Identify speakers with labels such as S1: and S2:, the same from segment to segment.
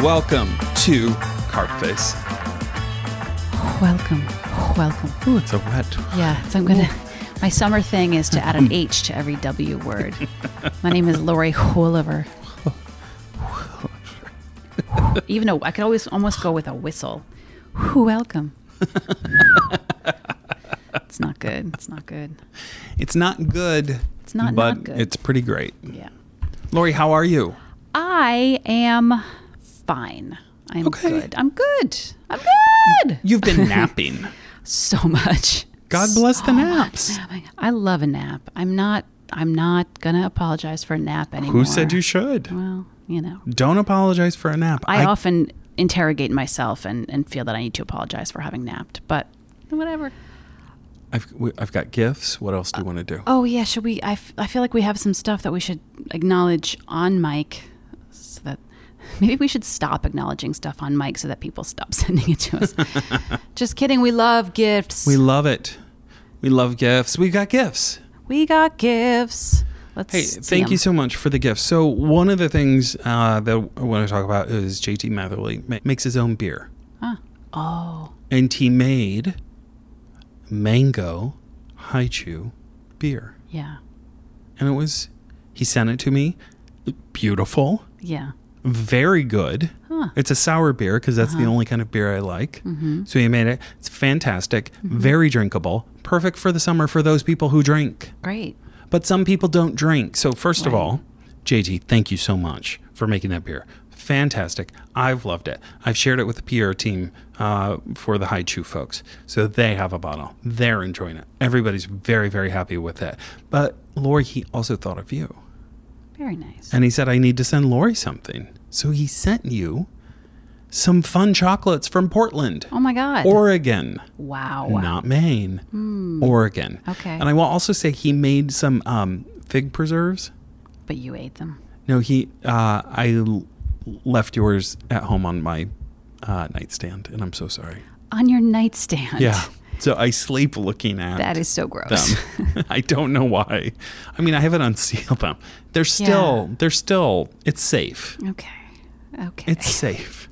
S1: Welcome to Carpface.
S2: Welcome, welcome.
S1: Ooh, it's a wet.
S2: Yeah, so I'm gonna. My summer thing is to add an H to every W word. My name is Lori Oliver. Even though I could always almost go with a whistle. Welcome. it's not good. It's not good.
S1: It's not good.
S2: It's not-
S1: but
S2: not good.
S1: It's pretty great.
S2: Yeah.
S1: Lori, how are you?
S2: I am fine. I'm
S1: Okay.
S2: good. I'm good. I'm good.
S1: You've been napping.
S2: so much. Oh
S1: God bless the naps.
S2: I love a nap. I'm not. I'm not gonna apologize for a nap anymore.
S1: Who said you should?
S2: Well, you know,
S1: Don't apologize for a nap.
S2: I, often interrogate myself and, and feel that I need to apologize for having napped, but whatever.
S1: I've, we- I've got gifts. What else do you want to do?
S2: Oh yeah, should we? I, f- I feel like we have some stuff that we should acknowledge on mic, so that maybe we should stop acknowledging stuff on mic so that people stop sending it to us. Just kidding. We love gifts.
S1: We love it. We love gifts. We've got gifts.
S2: we got gifts. Let's
S1: Hey,
S2: see
S1: thank
S2: 'em.
S1: you so much for the gift. So one of the things uh, that I want to talk about is JT Matherly ma- makes his own beer,
S2: Huh. Ah. Oh,
S1: and he made mango haichu beer,
S2: yeah,
S1: and it was he sent it to me. Beautiful,
S2: yeah.
S1: very good.
S2: Huh. Uh-huh. Mm-hmm.
S1: It's a sour beer because that's the only kind of beer I like. So he made it. It's fantastic, very drinkable, perfect for the summer for those people who drink.
S2: Great.
S1: But some people don't drink. So, first of
S2: Right.
S1: all, JT, thank you so much for making that beer. Fantastic. I've loved it. I've shared it with the PR team uh, for the High Chew folks. So they have a bottle. They're enjoying it. Everybody's very, very happy with that. But Lori, he also thought of you.
S2: Very nice.
S1: And he said, I need to send Lori something. So he sent you some fun chocolates from Portland,
S2: Oh my God.
S1: Oregon
S2: wow. Hmm.
S1: not Maine, Oregon.
S2: Okay.
S1: And I will also say he made some um, fig preserves.
S2: But you ate them.
S1: No, he. Uh, I l- left yours at home on my uh, nightstand, and I'm so sorry.
S2: On your nightstand.
S1: Yeah. So I sleep looking at
S2: That is so gross.
S1: them. I don't know why. I mean, I haven't unsealed them. They're still. They're still. It's safe.
S2: okay. Okay.
S1: It's safe.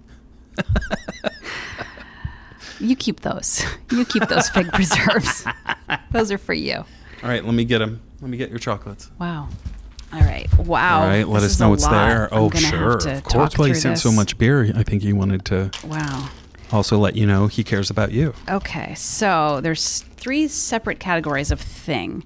S2: you keep those. You keep those fig preserves. Those are for you.
S1: All right. Let me get them. Let me get your chocolates.
S2: Wow. All right. Wow.
S1: All right. Let
S2: This
S1: us
S2: is
S1: know
S2: a
S1: what's
S2: lot.
S1: there.
S2: I'm
S1: Oh,
S2: gonna have
S1: sure.
S2: to
S1: Of course.
S2: talk
S1: Well, he
S2: through
S1: sent so
S2: this.
S1: much beer. I think he wanted to.
S2: Wow.
S1: also let you know he cares about you.
S2: Okay, so there's three separate categories of thing.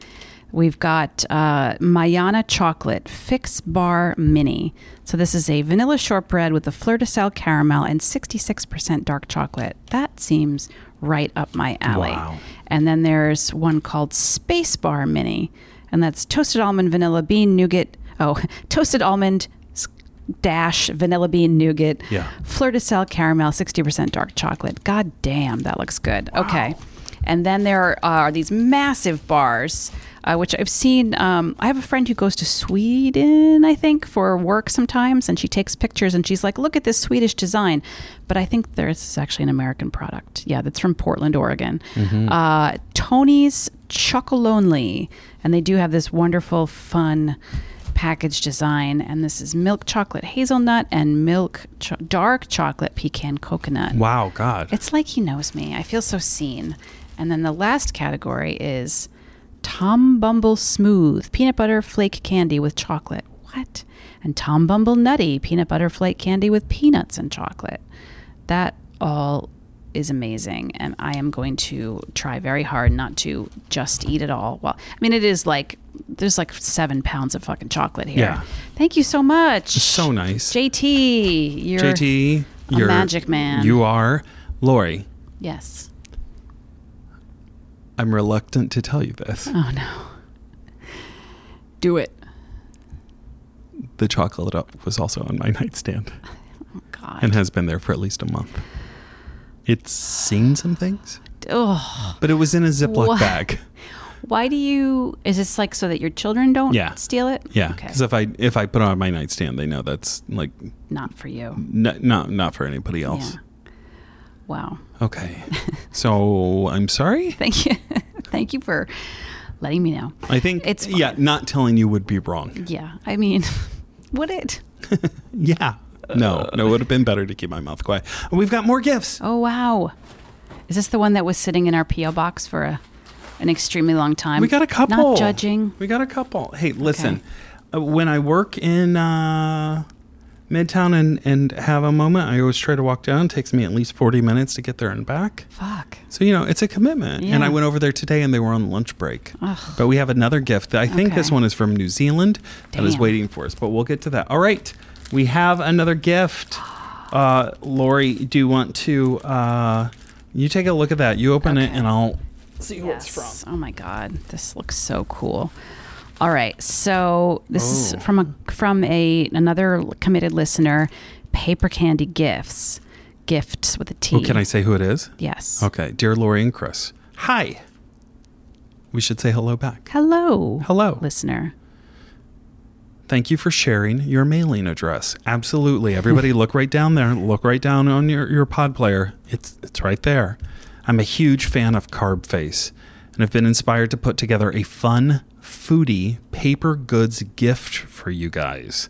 S2: We've got uh, Mayana Chocolate Fix Bar Mini. So this is a vanilla shortbread with a fleur de sel caramel and 66% dark chocolate. That seems right up my alley.
S1: Wow.
S2: And then there's one called Space Bar Mini, and that's toasted almond, vanilla bean, nougat. Oh, toasted almond s- dash vanilla bean nougat.
S1: Yeah.
S2: Fleur de sel caramel, 60% dark chocolate. God damn, that looks good. Okay. And then there are these massive bars, uh, which I've seen. Um, I have a friend who goes to Sweden, I think, for work sometimes, and she takes pictures and she's like, look at this Swedish design. But I think there's actually an American product. Yeah, that's from Portland, Oregon. Uh, Tony's Chocolonely. And they do have this wonderful, fun package design, and this is milk chocolate hazelnut and milk cho- dark chocolate pecan coconut.
S1: Wow, God.
S2: It's like he knows me. I feel so seen. And then the last category is Tom Bumble Smooth peanut butter flake candy with chocolate. What? And Tom Bumble Nutty peanut butter flake candy with peanuts and chocolate. That all is amazing and I am going to try very hard not to just eat it all. Well, I mean it is like there's like 7 pounds of fucking chocolate here.
S1: Yeah.
S2: Thank you so much.
S1: so nice.
S2: JT, you're
S1: JT,
S2: a
S1: you're
S2: magic man.
S1: You are. Lori,
S2: Yes.
S1: I'm reluctant to tell you this.
S2: Oh no. Do it.
S1: The chocolate up was also on my nightstand
S2: Oh, God.
S1: and has been there for at least a month. It's seen some things,
S2: Ugh.
S1: but it was in a Ziploc
S2: What?
S1: bag.
S2: Why do you? Is this like so that your children don't
S1: Yeah.
S2: steal it?
S1: Yeah,
S2: Okay.
S1: because if I if I put it on my nightstand, they know that's like
S2: Not for you.
S1: n- not not for anybody else.
S2: Yeah. Wow.
S1: Okay. so I'm sorry.
S2: Thank you. Thank you for letting me know.
S1: I think
S2: It's fine.
S1: yeah, not telling you would be wrong.
S2: Yeah. I mean, would it?
S1: Yeah. No, no, it would have been better to keep my mouth quiet. We've got more gifts.
S2: Oh, wow. Is this the one that was sitting in our P.O. box for a, an extremely long time?
S1: We got a couple.
S2: Not judging.
S1: We got a couple. Hey, listen. Uh, when I work in uh, Midtown and, and have a moment, I always try to walk down. It takes me at least 40 minutes to get there and back.
S2: Fuck.
S1: So, you know, it's a commitment. And
S2: Yeah.
S1: I went over there today and they were on lunch break. But we have another gift. that I think this
S2: Okay.
S1: one is from New Zealand that is
S2: Damn.
S1: waiting for us, but we'll get to that. All right. We have another gift. Uh, Lori, do you want to? Uh, you take a look at that. You open it
S2: Okay.
S1: and I'll.
S2: Yes. Oh my god, this looks so cool. All right, so this
S1: Oh.
S2: is from a from a another committed listener, Paper Candy Gifts, gifts with a T.
S1: Oh, can I say who it is?
S2: Yes.
S1: Okay, dear Lori and Chris. Hi. We should say hello back.
S2: Hello.
S1: Hello.
S2: listener.
S1: Thank you for sharing your mailing address. Absolutely. Everybody look right down there. Look right down on your, your pod player. It's it's right there. I'm a huge fan of Carb Face and have been inspired to put together a fun, foodie paper goods gift for you guys.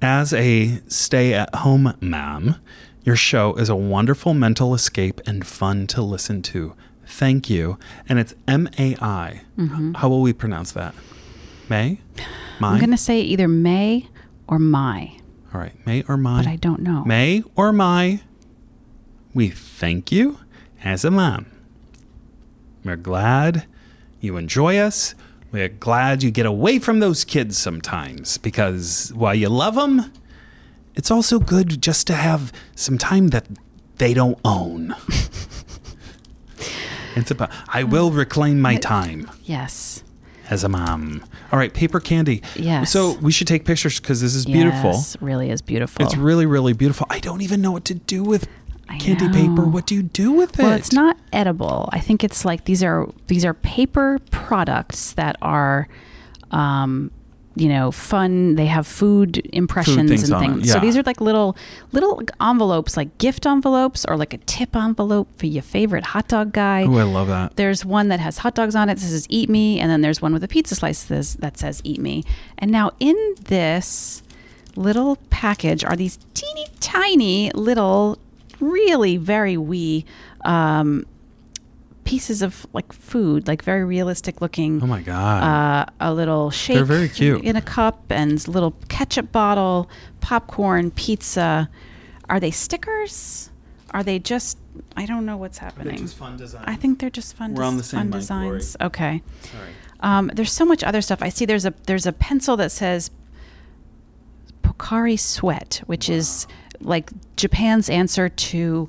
S1: As a stay at home ma'am, your show is a wonderful mental escape and fun to listen to. Thank you. And it's M A I. How will we pronounce that? May?
S2: Mm-hmm. I'm
S1: Mine?
S2: gonna say either May or my,
S1: All right. May or mine?
S2: but I don't know.
S1: May or my, we thank you as a mom. We're glad you enjoy us. We're glad you get away from those kids sometimes because while you love them, it's also good just to have some time that they don't own. it's about, I
S2: Mm.
S1: will reclaim my time
S2: Yes.
S1: as a mom. All right, paper candy.
S2: Yes.
S1: So we should take pictures because this is beautiful.
S2: Yes, really is beautiful.
S1: It's really, really beautiful. I don't even know what to do with
S2: Oh. I
S1: candy
S2: know.
S1: paper. What do you do with it?
S2: Well, it's not edible. I think it's like these are these are paper products that are, um, you know, fun. They have food impressions
S1: things
S2: and
S1: on it,
S2: things. So
S1: yeah.
S2: these are like little little envelopes, like gift envelopes or like a tip envelope for your favorite hot dog guy.
S1: Oh, I love that.
S2: There's one that has hot dogs on it. This says "Eat Me," and then there's one with a pizza slice that says- that says "Eat Me." And now in this little package are these teeny tiny little, really very wee um, pieces of like food, like very realistic looking.
S1: Oh my god.
S2: Uh, a little shake.
S1: very cute.
S2: In a cup and little ketchup bottle, popcorn, pizza. Are they stickers? Are they just? I don't know what's happening.
S1: fun design.
S2: I think they're just fun.
S1: We're on the same
S2: fun
S1: mind, Lori.
S2: designs. Okay. Um, there's so much other stuff. I see there's a there's a pencil that says Pokari Sweat, which is like Japan's answer to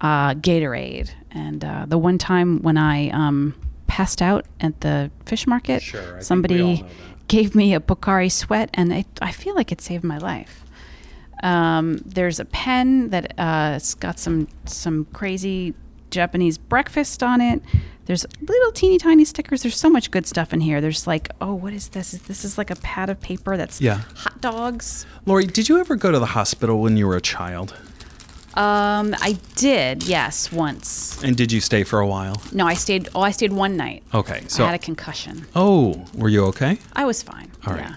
S2: uh, Gatorade. And uh, the one time when I um, passed out at the fish market,
S1: Sure, I think we all know
S2: somebody
S1: that.
S2: gave me a Pokari Sweat, and it, I feel like it saved my life. Um, there's a pen that uh, it's got some some crazy Japanese breakfast on it. There's little teeny tiny stickers. There's so much good stuff in here. There's like, oh, what is this? This is like a pad of paper that's
S1: Yeah.
S2: hot dogs.
S1: Lori, did you ever go to the hospital when you were a child?
S2: Um, I did, yes, once.
S1: And did you stay for a while?
S2: No, I stayed. Oh, I stayed one night.
S1: Okay. So
S2: I had a concussion.
S1: Oh, were you okay?
S2: I was fine.
S1: All right. Uh,
S2: yeah.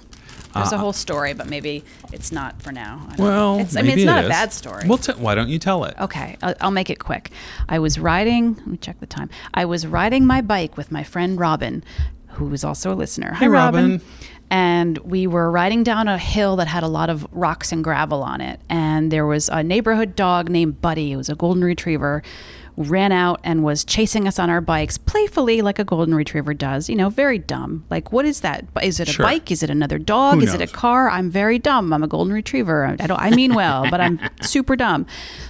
S2: There's a whole story, but maybe it's not for now. I don't know.
S1: Well,
S2: it's, I mean, it's
S1: maybe
S2: not
S1: it
S2: a
S1: is.
S2: bad story.
S1: Well, t- why don't you tell it?
S2: Okay, I'll, I'll make it quick. I was riding, let me check the time. I was riding my bike with my friend Robin, who is also a listener. Hi,
S1: Robin.
S2: And we were riding down a hill that had a lot of rocks and gravel on it. And there was a neighborhood dog named Buddy, who was a golden retriever, ran out and was chasing us on our bikes playfully, like a golden retriever does. You know, very dumb. Like, what is that? Is it a
S1: Sure.
S2: bike? Is it another dog?
S1: Who
S2: is it a
S1: knows?
S2: car. I'm very dumb. I'm a golden retriever. I don't. I mean well, but I'm super dumb.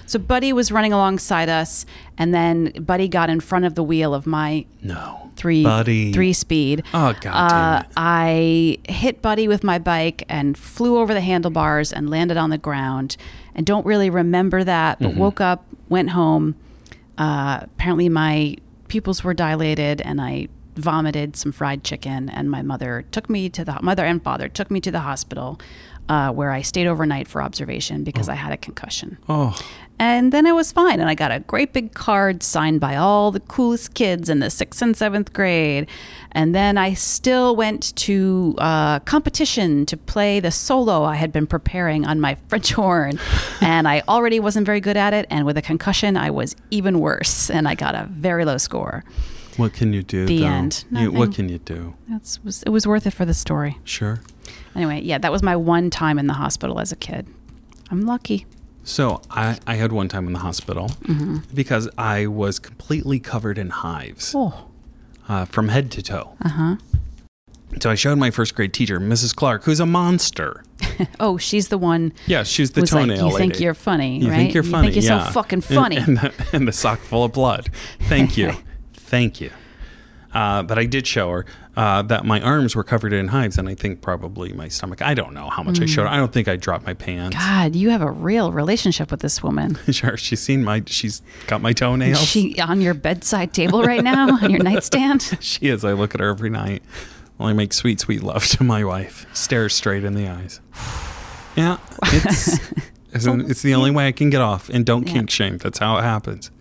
S2: So Buddy was running alongside us, and then Buddy got in front of the wheel of my
S1: No.
S2: three
S1: Buddy.
S2: three speed.
S1: Oh, God damn
S2: Uh,
S1: it.
S2: I hit Buddy with my bike and flew over the handlebars and landed on the ground. And don't really remember that, but
S1: Mm-hmm.
S2: woke up, went home. Uh, apparently, my pupils were dilated, and I vomited some fried chicken. And my mother took me to the mother and father took me to the hospital. uh, where I stayed overnight for observation because I had a concussion.
S1: Oh,
S2: And then it was fine. And I got a great big card signed by all the coolest kids in the sixth and seventh grade. And then I still went to uh, competition to play the solo I had been preparing on my French horn. and I already wasn't very good at it. And with a concussion, I was even worse. And I got a very low score.
S1: what can you do?
S2: The
S1: though?
S2: end.
S1: You,
S2: Nothing.
S1: what can you do?
S2: That's was it was worth it for the story.
S1: Sure.
S2: Anyway, yeah, that was my one time in the hospital as a kid. I'm lucky.
S1: So I, I had one time in the hospital
S2: Mm-hmm.
S1: because I was completely covered in hives
S2: Oh.
S1: uh, from head to toe.
S2: Uh huh.
S1: So I showed my first grade teacher, Mrs. Clark, who's a monster.
S2: Oh, she's the one.
S1: Yeah, she's the
S2: was like,
S1: toenail
S2: you think
S1: lady.
S2: you're funny,
S1: You
S2: right?
S1: think you're funny?
S2: You think you're
S1: yeah.
S2: so fucking
S1: And-
S2: funny.
S1: And, the, and the sock full of blood. Thank you, thank you. Uh, but I did show her uh, that my arms were covered in hives, and I think probably my stomach. I don't know how much I showed. her. I don't think I dropped my pants.
S2: Mm. God, you have a real relationship with this woman.
S1: sure, she's seen my. She's got my toenails.
S2: Is she on your bedside table right now on your nightstand?
S1: She is. I look at her every night while I make sweet, sweet love to my wife. Stare straight in the eyes. Yeah, it's it's, an- it's the only way I can get off. And don't
S2: Yeah.
S1: kink shame. That's how it happens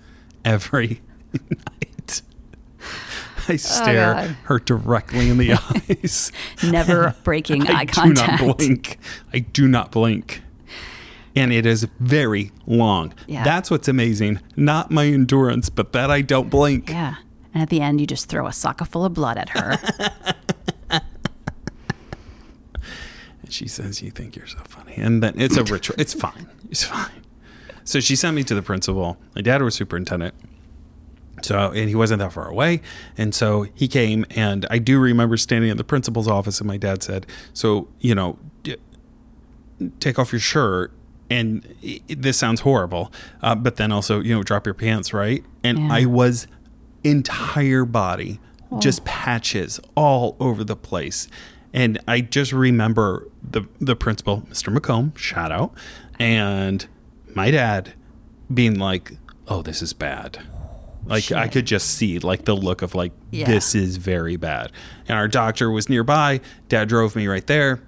S1: every night. I stare
S2: Oh, God.
S1: her directly in the eyes.
S2: Never breaking
S1: I
S2: eye
S1: do not
S2: contact.
S1: blink. I do not blink. And it is very long.
S2: Yeah.
S1: That's what's amazing. Not my endurance, but that I don't blink.
S2: Yeah. And at the end, you just throw a sock full of blood at her.
S1: And she says, "You think you're so funny," and then it's a ritual. It's fine. It's fine. So she sent me to the principal. My dad was superintendent, so and he wasn't that far away, and so he came. And I do remember standing in the principal's office, and my dad said, "So you know, d- take off your shirt." And i- i- this sounds horrible, uh, but then also, you know, drop your pants, right? And
S2: Yeah.
S1: I was entire body, just patches all over the place. And I just remember the the principal, Mr. McComb, shout out, and my dad being like, "Oh, this is bad." Like I
S2: Shit.
S1: could just see like the look of like
S2: Yeah.
S1: this is very bad. And our doctor was nearby. Dad drove me right there.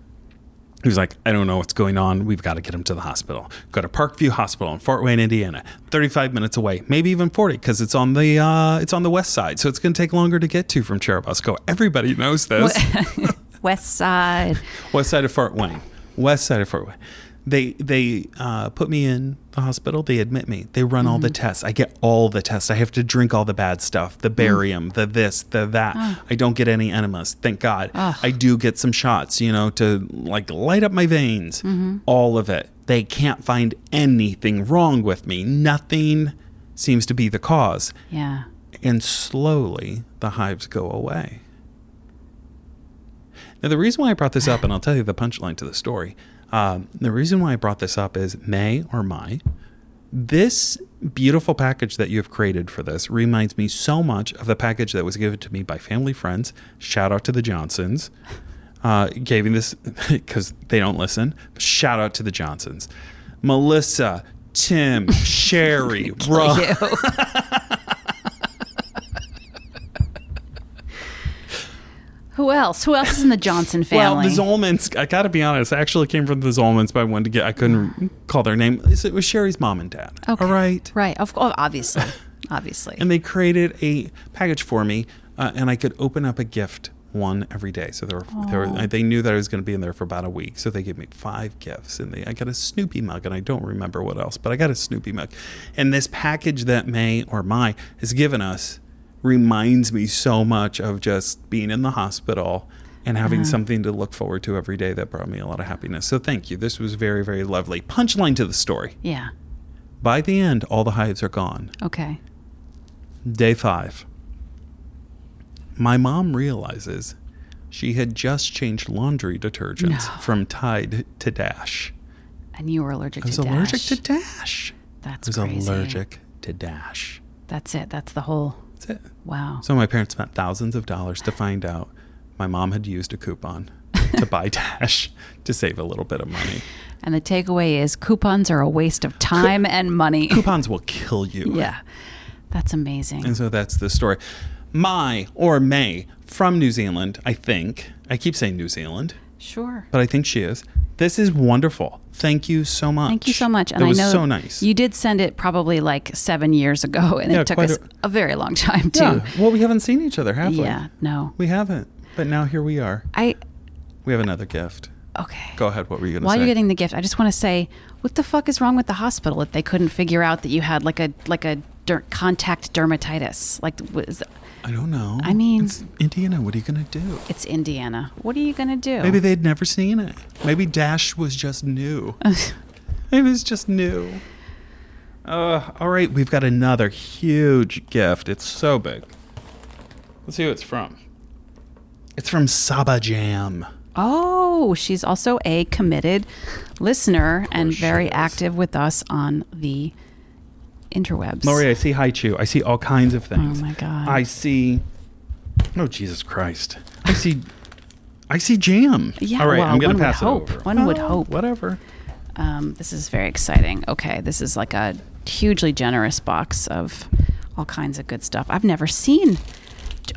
S1: He was like, I don't know what's going on. We've got to get him to the hospital. Go to Parkview Hospital in Fort Wayne, Indiana, 35 minutes away, maybe even 40, because it's on the uh, it's on the west side, so it's going to take longer to get to from Cherubusco. Everybody knows this.
S2: West Side.
S1: west side of Fort Wayne. West side of Fort Wayne. They they uh, put me in the hospital. They admit me. They run all the tests. I get all the tests. I have to drink all the bad stuff, the barium, the this, the that. I don't get any enemas, thank God. I do get some shots, you know, to like light up my veins. All of it. They can't find anything wrong with me. Nothing seems to be the cause.
S2: Yeah.
S1: And slowly the hives go away. Now, the reason why I brought this up, and I'll tell you the punchline to the story. Um, the reason why I brought this up is May or my, this beautiful package that you have created for this reminds me so much of the package that was given to me by family friends. Shout out to the Johnsons. Uh, gave me this because they don't listen. Shout out to the Johnsons. Melissa, Tim, Sherry, Rob.
S2: You. Who else? Who else is in the Johnson family?
S1: Well, the Zolmans, I got to be honest, I actually came from the Zolmans, but I wanted to get, I couldn't call their name. It was Sherry's mom and dad.
S2: Okay.
S1: All right.
S2: Right. Of course. Obviously. Obviously.
S1: And they created a package for me, uh, and I could open up a gift one every day. So there were, there were, they knew that I was going to be in there for about a week. So they gave me five gifts, and they, I got a Snoopy mug, and I don't remember what else, but I got a Snoopy mug. And this package that May or my has given us reminds me so much of just being in the hospital. And having something to look forward to every day that brought me a lot of happiness. So thank you. This was very, very lovely. Punchline to the story.
S2: yeah.
S1: By the end, all the hives are gone.
S2: Okay.
S1: Day five. My mom realizes she had just changed laundry detergents
S2: No.
S1: from Tide to Dash.
S2: And you were allergic
S1: I was
S2: to dash.
S1: allergic to Dash. I
S2: That's
S1: was
S2: crazy.
S1: allergic to Dash.
S2: That's it. That's the whole.
S1: That's it.
S2: Wow.
S1: So my parents spent thousands of dollars to find out my mom had used a coupon to buy Dash to save a little bit of money.
S2: and the takeaway is coupons are a waste of time and money.
S1: Coupons will kill you.
S2: yeah. That's amazing.
S1: And so that's the story. My or May from New Zealand, I think. I keep saying New Zealand.
S2: Sure.
S1: but I think she is. This is wonderful. Thank you so much.
S2: Thank you so much.
S1: that was so nice.
S2: You did send it probably like seven years ago, and
S1: Yeah,
S2: it took
S1: quite
S2: us
S1: a-
S2: a, very long time
S1: yeah.
S2: to.
S1: Well, we haven't seen each other, have we?
S2: Yeah, no.
S1: We haven't. But now here we are.
S2: I.
S1: We have another gift.
S2: Okay.
S1: Go ahead. What were you going to say?
S2: While you're getting the gift, I just want to say, what the fuck is wrong with the hospital that they couldn't figure out that you had like a like a der- contact dermatitis? Like, was,
S1: I don't know.
S2: I mean-
S1: it's Indiana. What are you going to do?
S2: it's Indiana. What are you gonna do?
S1: Maybe they'd never seen it. Maybe Dash was just new. it was just new. Uh, all right, we've got another huge gift. It's so big. Let's see who it's from. It's from Saba Jam.
S2: Oh, she's also a committed listener and
S1: course she
S2: very
S1: is.
S2: active with us on the interwebs.
S1: Lori, I see Haichu. I see all kinds of things.
S2: Oh my God.
S1: I see. Oh Jesus Christ! I see. I see jam.
S2: Yeah,
S1: All right,
S2: well,
S1: I'm gonna
S2: one would
S1: pass it
S2: hope.
S1: over.
S2: One would
S1: Oh,
S2: hope.
S1: Whatever.
S2: Um, this is very exciting. Okay, this is like a hugely generous box of all kinds of good stuff. I've never seen.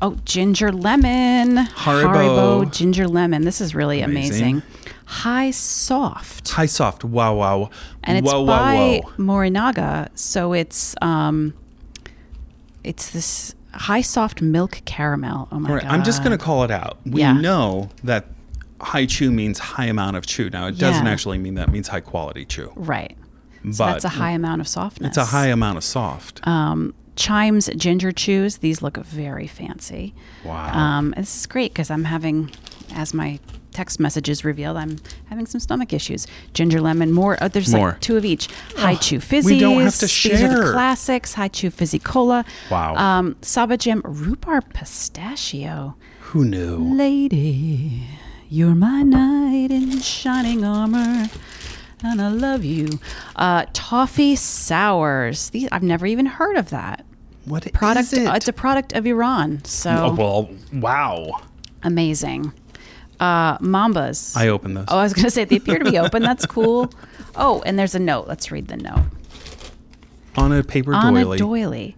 S2: Oh, ginger lemon.
S1: Haribo.
S2: ginger lemon. This is really
S1: Amazing.
S2: amazing. High soft.
S1: High soft. Wow, wow.
S2: And it's
S1: whoa, whoa,
S2: by
S1: whoa.
S2: Morinaga, so it's um it's this high soft milk caramel. Oh my
S1: All right,
S2: god.
S1: I'm just going to call it out. We
S2: Yeah.
S1: know that high chew means high amount of chew. Now, it doesn't
S2: Yeah.
S1: actually mean that. It means high quality chew.
S2: Right. so
S1: But-
S2: that's a high amount of softness.
S1: It's a high amount of soft.
S2: um, chimes ginger chews. These look very fancy.
S1: Wow.
S2: Um, this is great because I'm having, as my text messages revealed, I'm having some stomach issues. Ginger lemon, more. Oh, there's
S1: More.
S2: like two of each. High Chew Fizzies.
S1: we don't have to
S2: These are
S1: share.
S2: the classics. High Chew Fizzy Cola.
S1: Wow.
S2: Um, Saba Jim Rhubarb Pistachio.
S1: Who knew?
S2: Lady, you're my knight in shining armor, and I love you. Uh, toffee sours. These I've never even heard of that
S1: What
S2: product.
S1: is it?
S2: uh, it's a product of Iran.
S1: oh,
S2: So
S1: well, wow.
S2: amazing. Uh, Mambas.
S1: I opened this.
S2: oh, I was gonna say they appear to be open. That's cool. Oh, and there's a note. Let's read the note.
S1: on a paper
S2: On
S1: doily.
S2: a doily.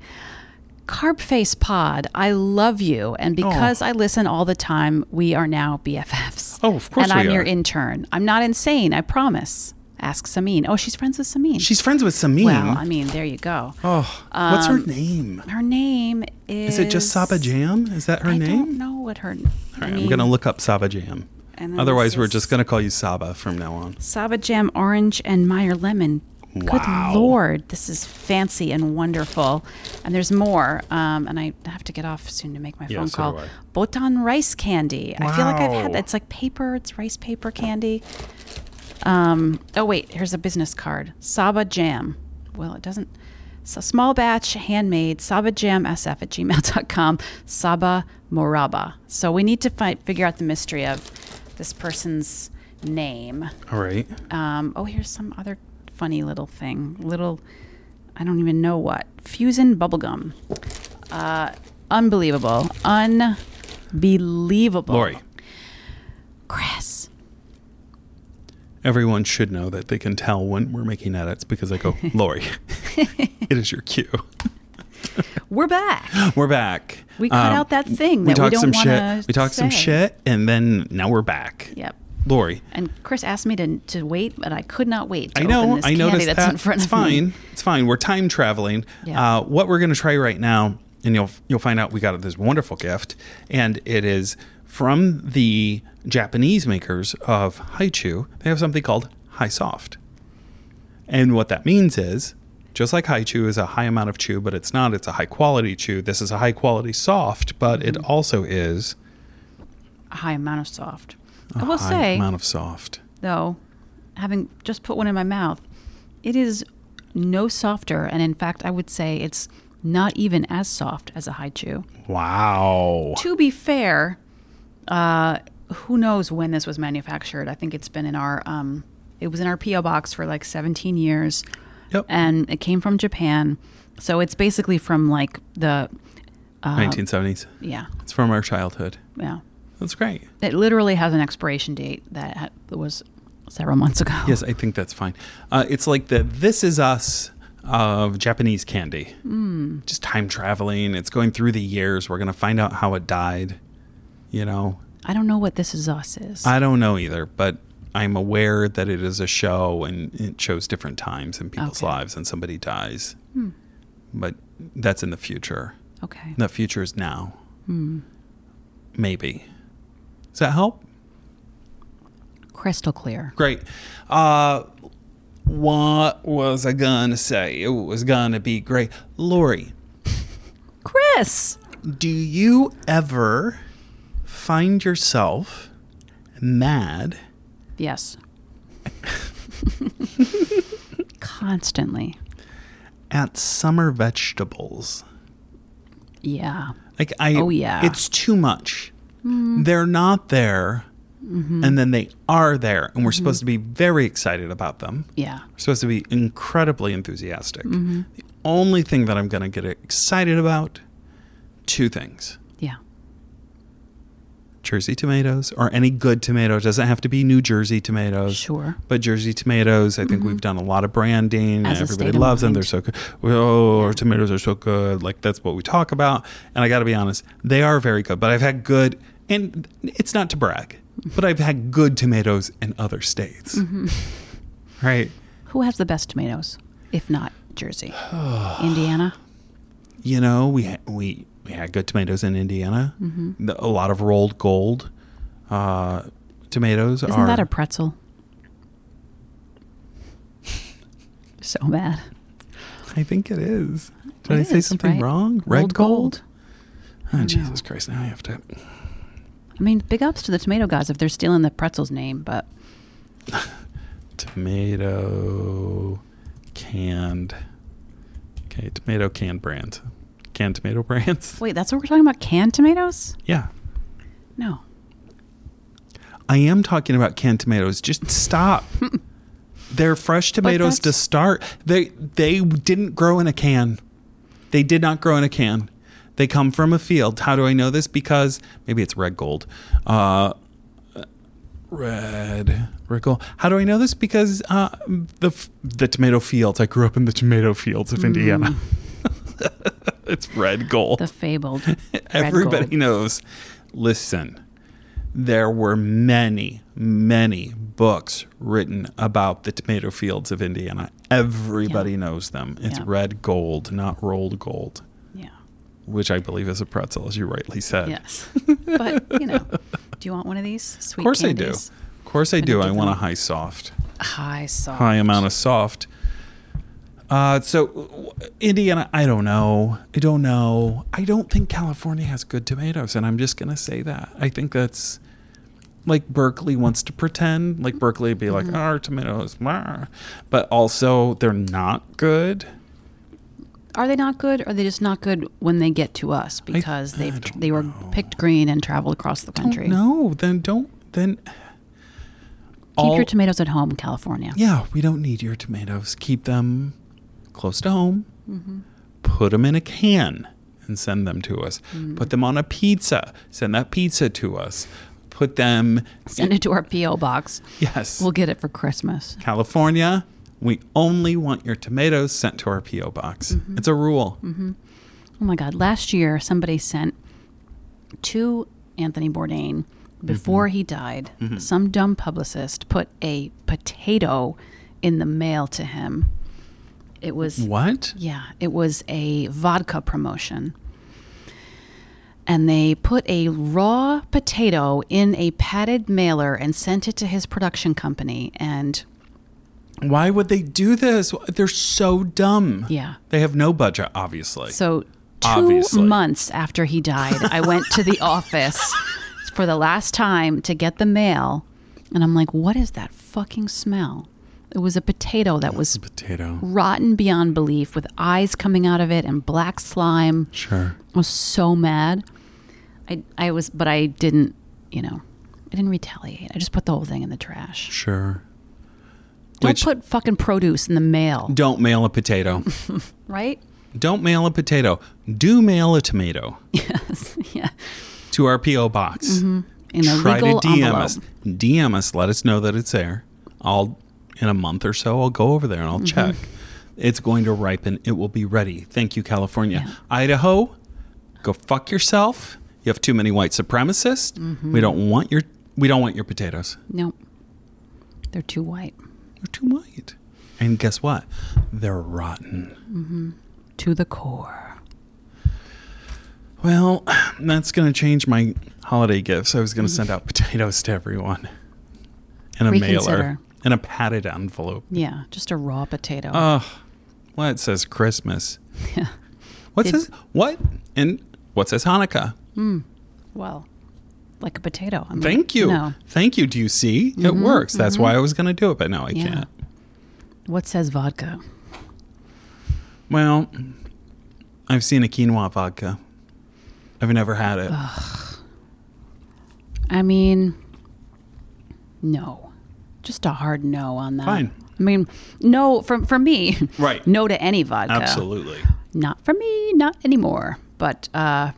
S2: Carb Face Pod, I love you, and
S1: Oh.
S2: because I listen all the time, we are now BFFs.
S1: Oh, of course
S2: And
S1: we
S2: I'm
S1: are.
S2: your intern. I'm not insane, I promise. Ask Samin. Oh, she's friends with Samin.
S1: She's friends with Samin.
S2: well, I mean, there you go.
S1: oh, what's her name?
S2: Her name is.
S1: Is it just Saba Jam? Is that her
S2: I
S1: name?
S2: don't know what her. I
S1: All right, I'm
S2: mean,
S1: going to look up Saba Jam.
S2: And then
S1: Otherwise,
S2: this
S1: we're
S2: is-
S1: just going to call you Saba from now on.
S2: Saba Jam Orange and Meyer Lemon.
S1: Wow.
S2: Good lord, this is fancy and wonderful. And there's more. Um, and I have to get off soon to make my
S1: Yeah,
S2: phone
S1: so
S2: call.
S1: do I.
S2: Botan rice candy. I feel like I've had
S1: Wow.
S2: that. It's like paper, it's rice paper candy. Um, oh, wait, here's a business card Saba Jam. Well, it doesn't. So small batch, handmade, sabajamsf at gmail.com, Saba Moraba. So we need to fi- figure out the mystery of this person's name.
S1: All right.
S2: Um, oh, here's some other funny little thing. Little, I don't even know what. Fusion bubblegum. Uh, unbelievable. Unbelievable.
S1: Lori,
S2: Chris.
S1: everyone should know that they can tell when we're making edits because I go, Lori, it is your cue.
S2: We're back.
S1: We're back. Um,
S2: We cut out that thing
S1: We
S2: that we
S1: talked
S2: don't
S1: some
S2: wanna
S1: shit. We talked some
S2: say.
S1: shit, and then now we're back.
S2: Yep.
S1: Lori,
S2: And Chris asked me to, to wait, but I could not wait. To
S1: I know.
S2: Open this
S1: I
S2: candy
S1: noticed
S2: that's
S1: that.
S2: in front
S1: it's
S2: of
S1: fine.
S2: Me.
S1: It's fine. We're time traveling.
S2: Yeah.
S1: Uh, what we're going to try right now, and you'll you'll find out we got this wonderful gift, and it is from the Japanese makers of haichu. They have something called high soft, and what that means is. Just like haichu is a high amount of chew, but it's not. It's a high quality chew. This is a high quality soft, but it
S2: Mm-hmm.
S1: also is
S2: A high amount of soft.
S1: a
S2: I will
S1: high
S2: say,
S1: amount of soft.
S2: though, having just put one in my mouth, it is no softer. And in fact, I would say it's not even as soft as a high chew.
S1: Wow.
S2: to be fair, uh, who knows when this was manufactured? I think it's been in our um, it was in our PO box for like 17 years,
S1: Yep.
S2: and it came from Japan. So it's basically from like the
S1: 1970s.
S2: yeah
S1: It's from our childhood.
S2: yeah.
S1: That's great.
S2: It literally has an expiration date that ha- was several months ago.
S1: Yes, I think that's fine. Uh, it's like the This Is Us of Japanese candy. Mm. Just time traveling. It's going through the years. We're going to find out how it died, you know?
S2: I don't know what This Is Us is.
S1: I don't know either, but I'm aware that it is a show and it shows different times in people's
S2: Okay.
S1: lives and somebody dies. But that's in the future.
S2: okay.
S1: The future is now. Hmm. Maybe. Does that help?
S2: Crystal clear.
S1: Great. Uh, what was I going to say? It was going to be great. Lori,
S2: Chris!
S1: do you ever find yourself mad?
S2: Yes. Constantly.
S1: at summer vegetables.
S2: Yeah.
S1: Like I
S2: Oh, yeah. Mm-hmm.
S1: it's too much. They're not there. And then they are there and we're supposed to be very excited about them.
S2: Yeah.
S1: We're supposed to be incredibly enthusiastic.
S2: Mm-hmm.
S1: The only thing that I'm going to get excited about two things.
S2: Yeah.
S1: Jersey tomatoes or any good tomato. It doesn't have to be New Jersey tomatoes.
S2: Sure. Mm-hmm.
S1: But Jersey tomatoes, I think we've done a lot of branding.
S2: As a
S1: Everybody
S2: state of
S1: loves them. They're
S2: mind.
S1: so good. Oh, our tomatoes are so good. Like that's what we talk about. And I got to be honest, they are very good. But I've had good, and it's not to brag, but I've had good tomatoes in other states.
S2: Mm-hmm.
S1: Right?
S2: Who has the best tomatoes, if not Jersey? Indiana?
S1: You know, we ha- we we had good tomatoes in Indiana.
S2: Mm-hmm.
S1: The- a lot of rolled gold uh, tomatoes
S2: Isn't
S1: are.
S2: that a pretzel? so bad.
S1: I think it is. Did
S2: It
S1: I say
S2: is,
S1: something
S2: right?
S1: wrong? Red
S2: Rolled gold.
S1: Oh, Jesus Christ. Now I have to.
S2: I mean, big ups to the tomato guys if they're stealing the pretzel's name, but
S1: Tomato canned. Okay, tomato canned brands. Canned tomato brands.
S2: wait, that's what we're talking about? Canned tomatoes?
S1: Yeah.
S2: No.
S1: I am talking about canned tomatoes. Just stop. They're fresh tomatoes to
S2: that's-
S1: start. They they didn't grow in a can. They did not grow in a can. They come from a field. How do I know this? Because maybe it's red gold. Uh, red, red gold. How do I know this? Because uh, the f- the tomato fields. I grew up in the tomato fields of Indiana. it's red gold.
S2: The fabled. red
S1: Everybody
S2: gold.
S1: knows. Listen, there were many, many books written about the tomato fields of Indiana. Everybody
S2: Yeah.
S1: knows them. It's
S2: Yeah.
S1: red gold, not rolled gold,
S2: Yeah.
S1: which I believe is a pretzel, as you rightly said.
S2: Yes. but, you know, do you want one of these? Sweet
S1: Of course
S2: candies?
S1: I do. Of course I do.
S2: give
S1: I want a
S2: them-
S1: high soft,
S2: High salt.
S1: high amount of soft. Uh, so w- Indiana, I don't know. I don't know. I don't think California has good tomatoes, and I'm just gonna say that. I think that's like Berkeley wants to pretend. Like Berkeley would be like,
S2: Mm-hmm.
S1: our tomatoes, meh," but also they're not good.
S2: Are they not good? Or are they just not good when they get to us because
S1: I
S2: they've
S1: don't
S2: they were picked green and traveled across the country?
S1: No, then don't then.
S2: Keep your tomatoes at home, California.
S1: yeah, we don't need your tomatoes. Keep them close to home.
S2: Mm-hmm.
S1: Put them in a can and send them to us.
S2: Mm.
S1: Put them on a pizza. Send that pizza to us. Put them.
S2: Send it to our PO box.
S1: Yes.
S2: We'll get it for Christmas.
S1: California, we only want your tomatoes sent to our P.O. box.
S2: Mm-hmm.
S1: It's a rule.
S2: Oh my God! Last year, somebody sent to Anthony Bourdain before
S1: Mm-hmm.
S2: he died. Some dumb publicist put a potato in the mail to him. It was
S1: What?
S2: Yeah, it was a vodka promotion. And they put a raw potato in a padded mailer and sent it to his production company. And
S1: Why would they do this? They're so dumb.
S2: Yeah.
S1: They have no budget, obviously.
S2: so, two
S1: Obviously.
S2: months after he died, I went to the office for the last time to get the mail. And I'm like, what is that fucking smell? It was a potato that was
S1: Potato.
S2: rotten beyond belief with eyes coming out of it and black slime.
S1: Sure.
S2: I was so mad. I I was, but I didn't. You know, I didn't retaliate. I just put the whole thing in the trash.
S1: Sure.
S2: Don't
S1: Which-
S2: put fucking produce in the mail,
S1: Don't mail a potato.
S2: right?
S1: Don't mail a potato. Do mail a tomato
S2: Yes. yeah.
S1: to our P.O. box.
S2: In Mm-hmm. a
S1: Try to
S2: legal
S1: DM
S2: envelope.
S1: us. DM us. Let us know that it's there. I'll, in a month or so, I'll go over there and I'll
S2: Mm-hmm.
S1: check. It's going to ripen. It will be ready. Thank you, California. Idaho, go fuck yourself. You have too many white supremacists.
S2: Mm-hmm.
S1: We don't want your we don't want your potatoes.
S2: Nope. They're too white.
S1: They're too white. And guess what? They're rotten.
S2: To the core.
S1: Well, that's going to change my holiday gifts. I was going to send out potatoes to everyone and a mailer
S2: Reconsider.
S1: and a padded envelope.
S2: Yeah, just a raw potato.
S1: Ugh. Well, it says Christmas.
S2: Yeah.
S1: What
S2: Did-
S1: says what? And what says Hanukkah?
S2: well, like a potato. I mean,
S1: Thank you.
S2: Mm, No. Mm-hmm,
S1: Thank you. Do you see? It works. That's why I was going to do it, but now I
S2: Yeah.
S1: can't.
S2: What says vodka?
S1: Well, I've seen a quinoa vodka. I've never had it.
S2: Oh, I mean, no. Just a hard no on that.
S1: Fine.
S2: I mean, no from for me.
S1: Right.
S2: No to any vodka.
S1: Absolutely.
S2: Not for me. Not anymore. But uh,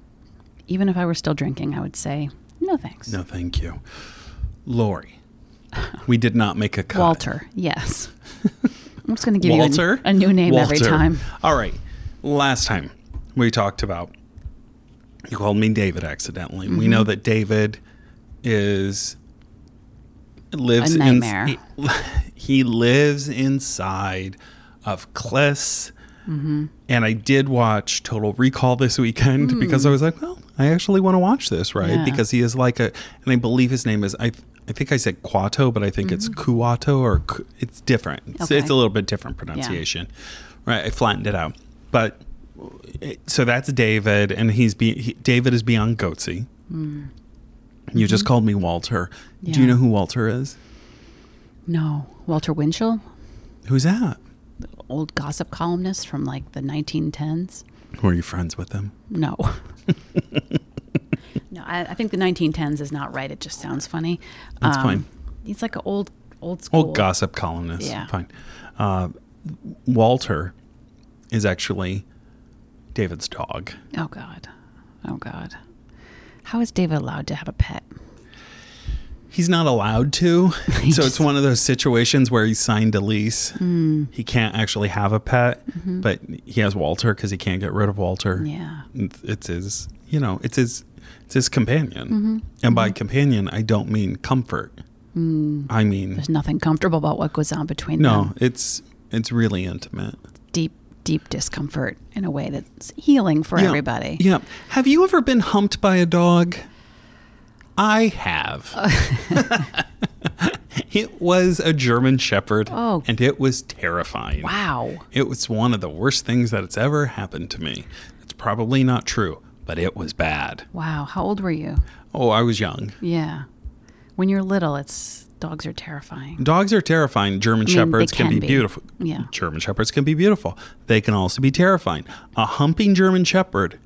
S2: even if I were still drinking, I would say no thanks.
S1: No, thank you. Lori, we did not make a cut.
S2: Walter. Yes. I'm just going to give
S1: Walter?
S2: you a, a new name every
S1: Walter.
S2: time.
S1: All right. Last time we talked about, you called me David accidentally. We
S2: Mm-hmm.
S1: know that David is lives
S2: A
S1: in-
S2: nightmare.
S1: he, he lives inside of Cliss.
S2: Mm-hmm.
S1: And I did watch Total Recall this weekend because I was like, well, I actually want to watch this, right?
S2: Hmm. Yeah.
S1: Because he is like a, and I believe his name is I. I think I said Quato, but I think it's Kuato or Ku- it's different. It's, it's
S2: Mm-hmm. Okay.
S1: a little bit different pronunciation, right? I flattened it out, but it, so that's David, and he's be, he, David is beyond Goatsy. You just called me Walter. Do you
S2: Hmm. Mm-hmm. Yeah.
S1: know who Walter is?
S2: No. Walter Winchell,
S1: Who's that?
S2: old gossip columnist from like the 1910s.
S1: Were you friends with him?
S2: No. no, I, I think the 1910s is not right. It just sounds funny. Um,
S1: That's fine.
S2: He's like an old, old school.
S1: Old gossip columnist.
S2: Yeah.
S1: Fine. Uh, Walter is actually David's dog.
S2: Oh God. Oh God. How is David allowed to have a pet?
S1: He's not allowed to. so it's one of those situations where he signed a lease. He can't actually have a pet, but he has Walter because he can't get rid of Walter.
S2: Yeah.
S1: It's- It's his, you know, it's his, it's his companion. And by companion, I don't mean comfort. I mean,
S2: There's nothing comfortable about what goes on between
S1: no,
S2: them.
S1: it's, it's really intimate.
S2: Deep, deep discomfort in a way that's healing for
S1: Yeah.
S2: everybody.
S1: Yeah. Have you ever been humped by a dog? I have. it was a German Shepherd,
S2: Oh.
S1: and it was terrifying.
S2: Wow.
S1: It was one of the worst things that's ever happened to me. It's probably not true, but it was bad.
S2: Wow. How old were you?
S1: Oh, I was young.
S2: Yeah. When you're little, it's dogs are terrifying.
S1: Dogs are terrifying. German
S2: mean,
S1: shepherds
S2: they
S1: can,
S2: can
S1: be,
S2: be.
S1: beautiful.
S2: Yeah.
S1: German shepherds can be beautiful. They can also be terrifying. A humping German shepherd. Mm.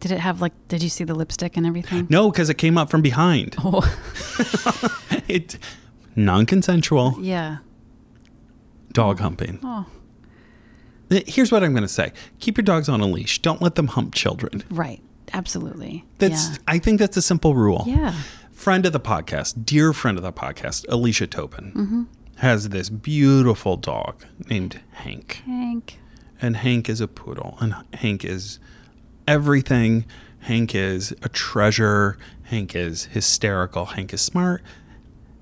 S2: Did it have like? Did you see the lipstick and everything?
S1: No, because it came up from behind.
S2: Oh.
S1: it non-consensual
S2: yeah.
S1: dog humping. Eh,
S2: Oh.
S1: Here's what I'm going to say: keep your dogs on a leash. Don't let them hump children.
S2: Right. Absolutely.
S1: That's
S2: yeah.
S1: I think that's a simple rule.
S2: Yeah.
S1: Friend of the podcast, dear friend of the podcast, Alicia Topin
S2: Mm-hmm.
S1: has this beautiful dog named Hank,
S2: Hank.
S1: and Hank is a poodle, and Hank is everything. Hank is a treasure. Hank is hysterical. Hank is smart.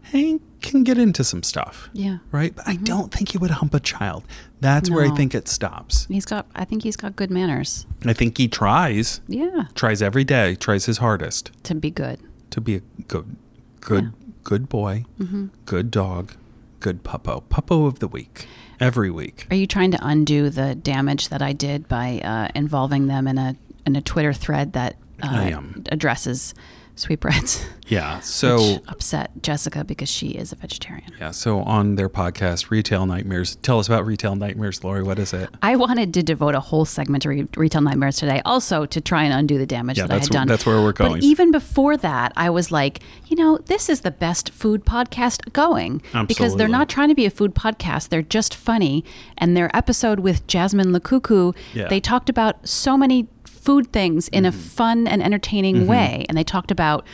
S1: Hank can get into some stuff.
S2: Yeah. Mm-hmm.
S1: right? But I don't think he would hump a child. That's where I
S2: No.
S1: think it stops.
S2: He's got. I think he's got good manners.
S1: I think he tries,
S2: Yeah.
S1: tries every day, tries his hardest
S2: To be good.
S1: to be a good, good, good boy,
S2: Mm-hmm.
S1: good dog, good puppo, puppo of the week, every week.
S2: Are you trying to undo the damage that I did by uh, involving them in a in a Twitter thread that uh,
S1: I am.
S2: addresses sweetbreads?
S1: Yeah. So.
S2: Which upset Jessica because she is a vegetarian.
S1: yeah, so on their podcast, Retail Nightmares. Tell us about Retail Nightmares, Lori. What is it?
S2: I wanted to devote a whole segment to re- retail nightmares today, also to try and undo the damage
S1: Yeah,
S2: that I
S1: that's
S2: had
S1: wh-
S2: done.
S1: that's where we're going.
S2: But even before that, I was like, you know, this is the best food podcast going because
S1: Absolutely.
S2: they're not trying to be a food podcast; they're just funny. And their episode with Jasmine Lakuku,
S1: Yeah.
S2: they talked about so
S1: Mm-hmm.
S2: many food things in a fun and entertaining way, and they talked about.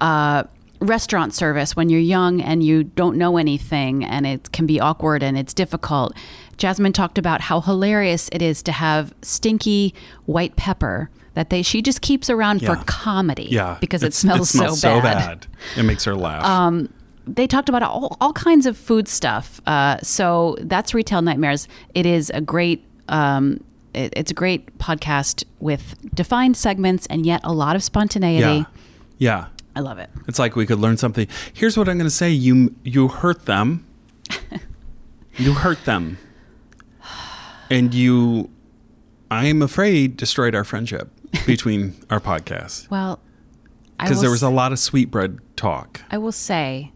S2: Uh, restaurant service when you're young and you don't know anything and it can be awkward and it's difficult. Jasmine talked about how hilarious it is to have stinky white pepper that they she just keeps around
S1: Yeah.
S2: for comedy
S1: Yeah.
S2: because it
S1: It's-
S2: smells, Um,
S1: so bad. It makes her laugh.
S2: they talked about all, all kinds of food stuff. Uh, so that's Retail Nightmares. It is a great. Um, it, it's a great podcast with defined segments and yet a lot of spontaneity.
S1: yeah. Yeah.
S2: I love it.
S1: It's like we could learn something. Here's what I'm going to say. You you hurt them. you hurt them. And you I am afraid destroyed our friendship between our podcasts
S2: Well, I
S1: because
S2: will
S1: there was
S2: s-
S1: a lot of sweetbread talk.
S2: I will say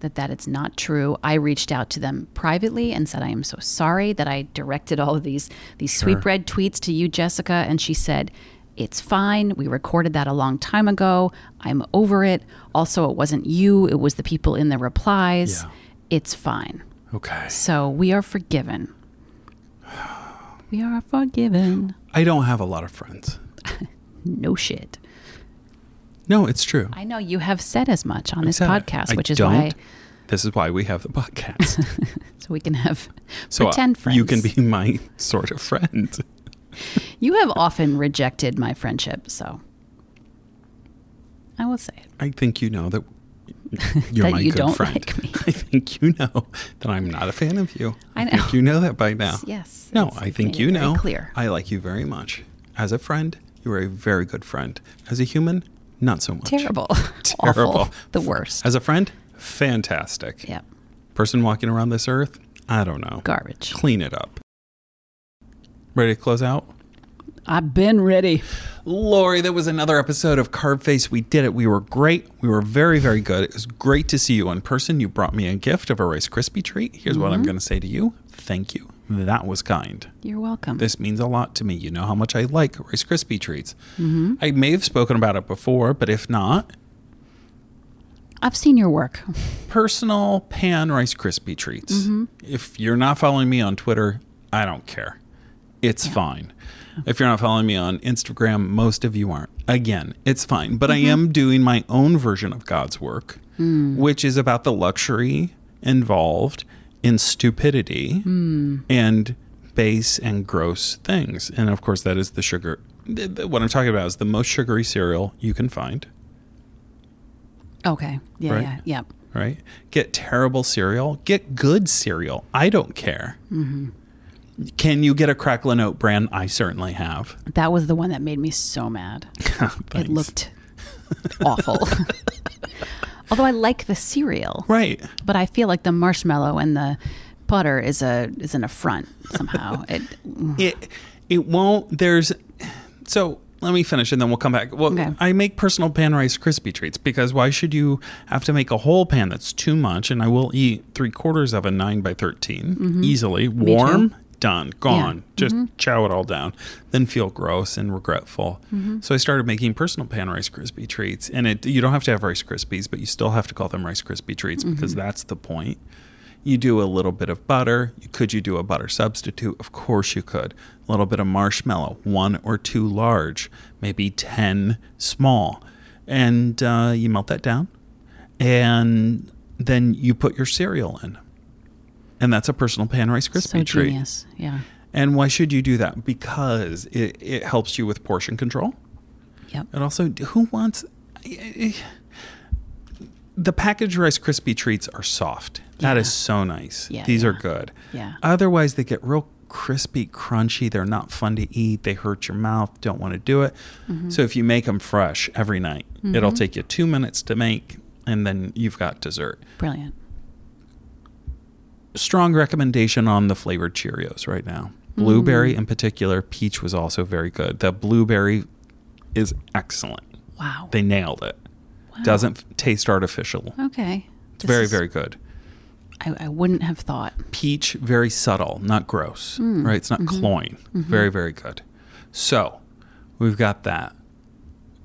S2: that that is not true. I reached out to them privately and said I am so sorry that I directed all of these these sweetbread tweets to you, Jessica, and she said it's fine. We recorded that a long time ago. I'm over it. Also, it wasn't you. It was the people in the replies.
S1: Yeah.
S2: It's fine.
S1: Okay.
S2: So we are forgiven. We are forgiven.
S1: I don't have a lot of friends.
S2: No shit.
S1: No, it's true.
S2: I know you have said as much on this
S1: Said it.
S2: podcast,
S1: I
S2: which is
S1: don't.
S2: why
S1: this is why we have the podcast.
S2: so we can have
S1: So uh,
S2: pretend friends.
S1: you can be my sort of friend.
S2: You have often rejected my friendship, so I will say it.
S1: I think you know that you're
S2: That
S1: my
S2: you
S1: good
S2: don't
S1: friend.
S2: like me.
S1: I think you know that I'm not a fan of you.
S2: I know.
S1: think you know that by now.
S2: Yes.
S1: No,
S2: it's-
S1: I
S2: you've
S1: think
S2: made
S1: you
S2: it very
S1: know.
S2: Clear.
S1: I like you very much. As a friend, you are a very good friend. As a human, not so much.
S2: Terrible.
S1: Terrible.
S2: Awful. The worst.
S1: As a friend, fantastic.
S2: yeah.
S1: Person walking around this earth, I don't know.
S2: Garbage.
S1: Clean it up. Ready to close out?
S2: I've been ready.
S1: Lori, that was another episode of Carb Face. We did it. We were great. We were very, very good. It was great to see you in person. You brought me a gift of a Rice Krispie treat. Here's what I'm going to say to you thank you. That was kind.
S2: You're welcome.
S1: This means a lot to me. You know how much I like Rice Krispie treats. I may have spoken about it before, but if not,
S2: I've seen your work.
S1: personal pan Rice Krispie treats. If you're not following me on Twitter, I don't care. It's fine. If you're not following me on Instagram, most of you aren't. Again, it's fine. But I am doing my own version of God's work, which is about the luxury involved in stupidity and base and gross things. And of course, that is the sugar. th- th- What I'm talking about is the most sugary cereal you can find.
S2: Okay. Yeah.
S1: Right.
S2: Yeah. Yeah.
S1: right? Get terrible cereal. Get good cereal. I don't care.
S2: Mm-hmm.
S1: Can you get a Crackle and Oat brand? I certainly have.
S2: That was the one that made me so mad.
S1: Thanks.
S2: It looked awful. Although I like the cereal,
S1: right.
S2: but I feel like the marshmallow and the butter is a is an affront somehow. it
S1: It it won't. There's so. Let me finish and then we'll come back. Well,
S2: Okay.
S1: I make personal pan rice crispy treats because why should you have to make a whole pan that's too much? And I will eat three quarters of a nine by 13
S2: Mm-hmm.
S1: easily, warm, done, gone. Just chow it all down. Then feel gross and regretful.
S2: Mm-hmm.
S1: So I started making personal pan Rice Krispie treats. And it you don't have to have Rice Krispies, but you still have to call them Rice Krispie treats
S2: Mm-hmm.
S1: because that's the point. You do a little bit of butter. Could you do a butter substitute? Of course you could. A little bit of marshmallow, one or two large, maybe 10 small. And uh, you melt that down. And then you put your cereal in. And that's a personal pan Rice Krispie
S2: so
S1: treat.
S2: genius. Yeah.
S1: And why should you do that? Because it, it helps you with portion control.
S2: Yep.
S1: And also, who wants the packaged Rice Krispie treats are soft. That
S2: Yeah.
S1: is so nice.
S2: Yeah,
S1: These are
S2: yeah.
S1: good.
S2: Yeah.
S1: Otherwise, they get real crispy, crunchy. They're not fun to eat. They hurt your mouth. Don't want to do it.
S2: Mm-hmm.
S1: So if you make them fresh every night, it'll take you two minutes to make, and then you've got dessert.
S2: Brilliant.
S1: Strong recommendation on the flavored Cheerios right now. Blueberry in particular. Peach was also very good. The blueberry is excellent.
S2: Wow.
S1: They nailed it. Doesn't f- taste artificial.
S2: Okay.
S1: It's very, very good.
S2: I, I wouldn't have thought.
S1: Peach, very subtle, not gross, right? It's not cloying. Very, very good. So we've got that.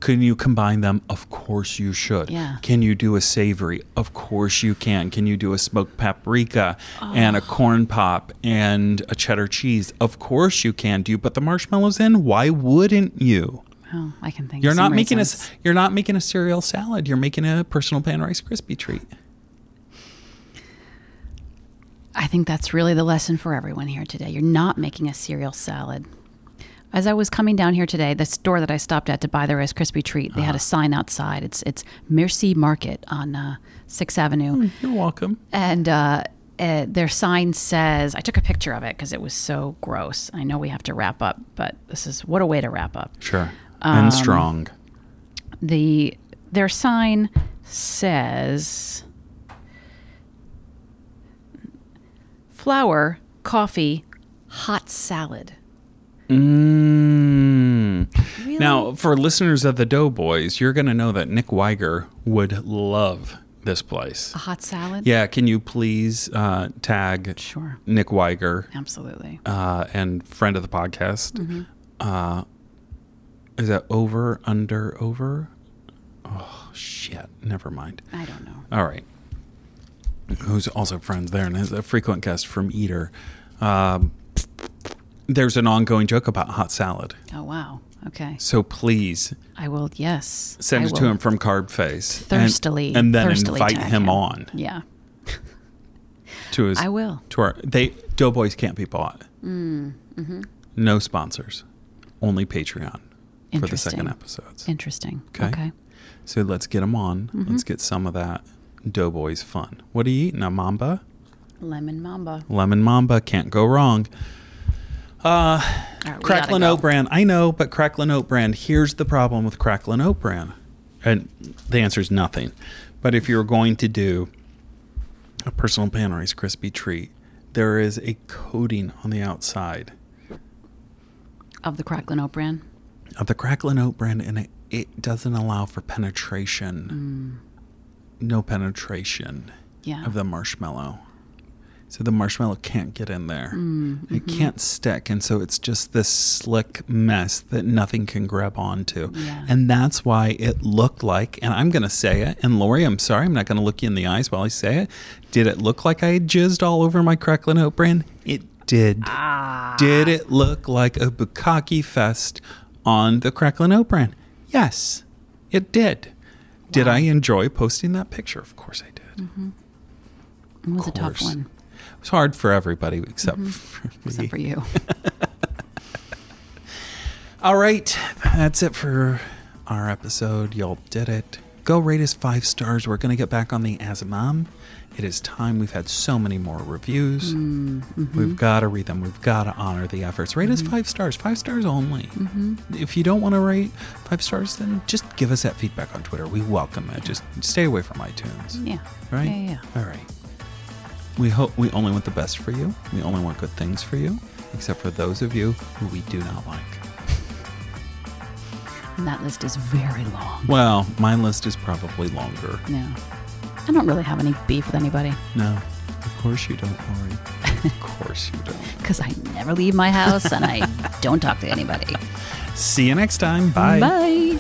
S1: Can you combine them? Of course you should.
S2: Yeah.
S1: Can you do a savory? Of course you can. Can you do a smoked paprika and a corn pop and a cheddar cheese? Of course you can. Do you put the marshmallows in? Why wouldn't you?
S2: Oh, I can think.
S1: You're
S2: of
S1: not
S2: some
S1: making a
S2: reasons.
S1: s- you're not making a cereal salad. You're making a personal pan rice crispy treat.
S2: I think that's really the lesson for everyone here today. You're not making a cereal salad. As I was coming down here today, the store that I stopped at to buy the Rice Krispie treat,
S1: Uh-huh.
S2: they had a sign outside. It's it's Mercy Market on uh, Sixth Avenue,
S1: You're welcome.
S2: and uh, uh, their sign says. I took a picture of it because it was so gross. I know we have to wrap up, but this is what a way to wrap up.
S1: Sure. and strong.
S2: the their sign says flour, coffee, hot salad.
S1: Mm. Now, for listeners of the Doughboys, you're going to know that Nick Weiger would love this place.
S2: A hot salad?
S1: Yeah, can you please uh, tag
S2: Sure.
S1: Nick Weiger
S2: Absolutely.
S1: uh, and friend of the podcast? Uh, is that over, under, over? Oh, shit. Never mind.
S2: I don't know.
S1: All right. Who's also friends there and is a frequent guest from Eater. Um, there's an ongoing joke about hot salad.
S2: Oh wow. Okay.
S1: So please
S2: I will yes.
S1: send
S2: I
S1: it to
S2: will
S1: him from Carb Face. and-
S2: Thirstily.
S1: And, then
S2: thirstily
S1: invite
S2: tag
S1: him, on
S2: Yeah.
S1: to his.
S2: I will.
S1: To our, they Doughboys can't be bought.
S2: Mm, mm-hmm.
S1: No sponsors, only Patreon for the
S2: Interesting.
S1: second episodes.
S2: Interesting.
S1: Okay. So let's get them on.
S2: Mm-hmm.
S1: Let's get some of that Doughboys fun. What are you eating? A mamba?
S2: Lemon mamba.
S1: Lemon mamba can't go wrong.
S2: All right, we gotta
S1: Cracklin
S2: go.
S1: Oat Bran. I know, but Cracklin Oat Bran, here's the problem with Cracklin Oat Bran. And the answer is nothing. But if you're going to do a personal pan rice crispy treat, there is a coating on the outside
S2: of the cracklin' oat bran.
S1: of the Cracklin Oat Bran, and it, it doesn't allow for penetration. No penetration
S2: Yeah.
S1: of the marshmallow. So the marshmallow can't get in there.
S2: Mm,
S1: It
S2: mm-hmm.
S1: can't stick. And so it's just this slick mess that nothing can grab onto.
S2: Yeah.
S1: And that's why it looked like, and I'm going to say it, and Lori, I'm sorry, I'm not going to look you in the eyes while I say it. Did it look like I had jizzed all over my Cracklin Oat Bran? It did.
S2: Ah.
S1: Did it look like a bukkake fest on the Cracklin Oat Bran? Yes, it did. Did I enjoy posting that picture? Of course I did.
S2: it was a tough
S1: course.
S2: one.
S1: It was hard for everybody except for me.
S2: Mm-hmm. Except for you.
S1: All right, that's it for our episode. Y'all did it. Go rate us five stars. We're going to get back on the As a Mom. It is time. We've had so many more reviews.
S2: Mm-hmm.
S1: We've got to read them. We've got to honor the efforts. Rate us five stars, five stars only.
S2: Mm-hmm.
S1: If you don't want to rate five stars, then just give us that feedback on Twitter. We welcome it. Just stay away from iTunes.
S2: yeah.
S1: Right?
S2: Yeah, yeah.
S1: All right. We hope we only want the best for you. We only want good things for you, except for those of you who we do not like.
S2: And that list is very long.
S1: Well, my list is probably longer.
S2: No. I don't really have any beef with anybody
S1: No, of course you don't worry. of course you don't.
S2: because I never leave my house and I don't talk to anybody.
S1: See you next time.
S2: Bye.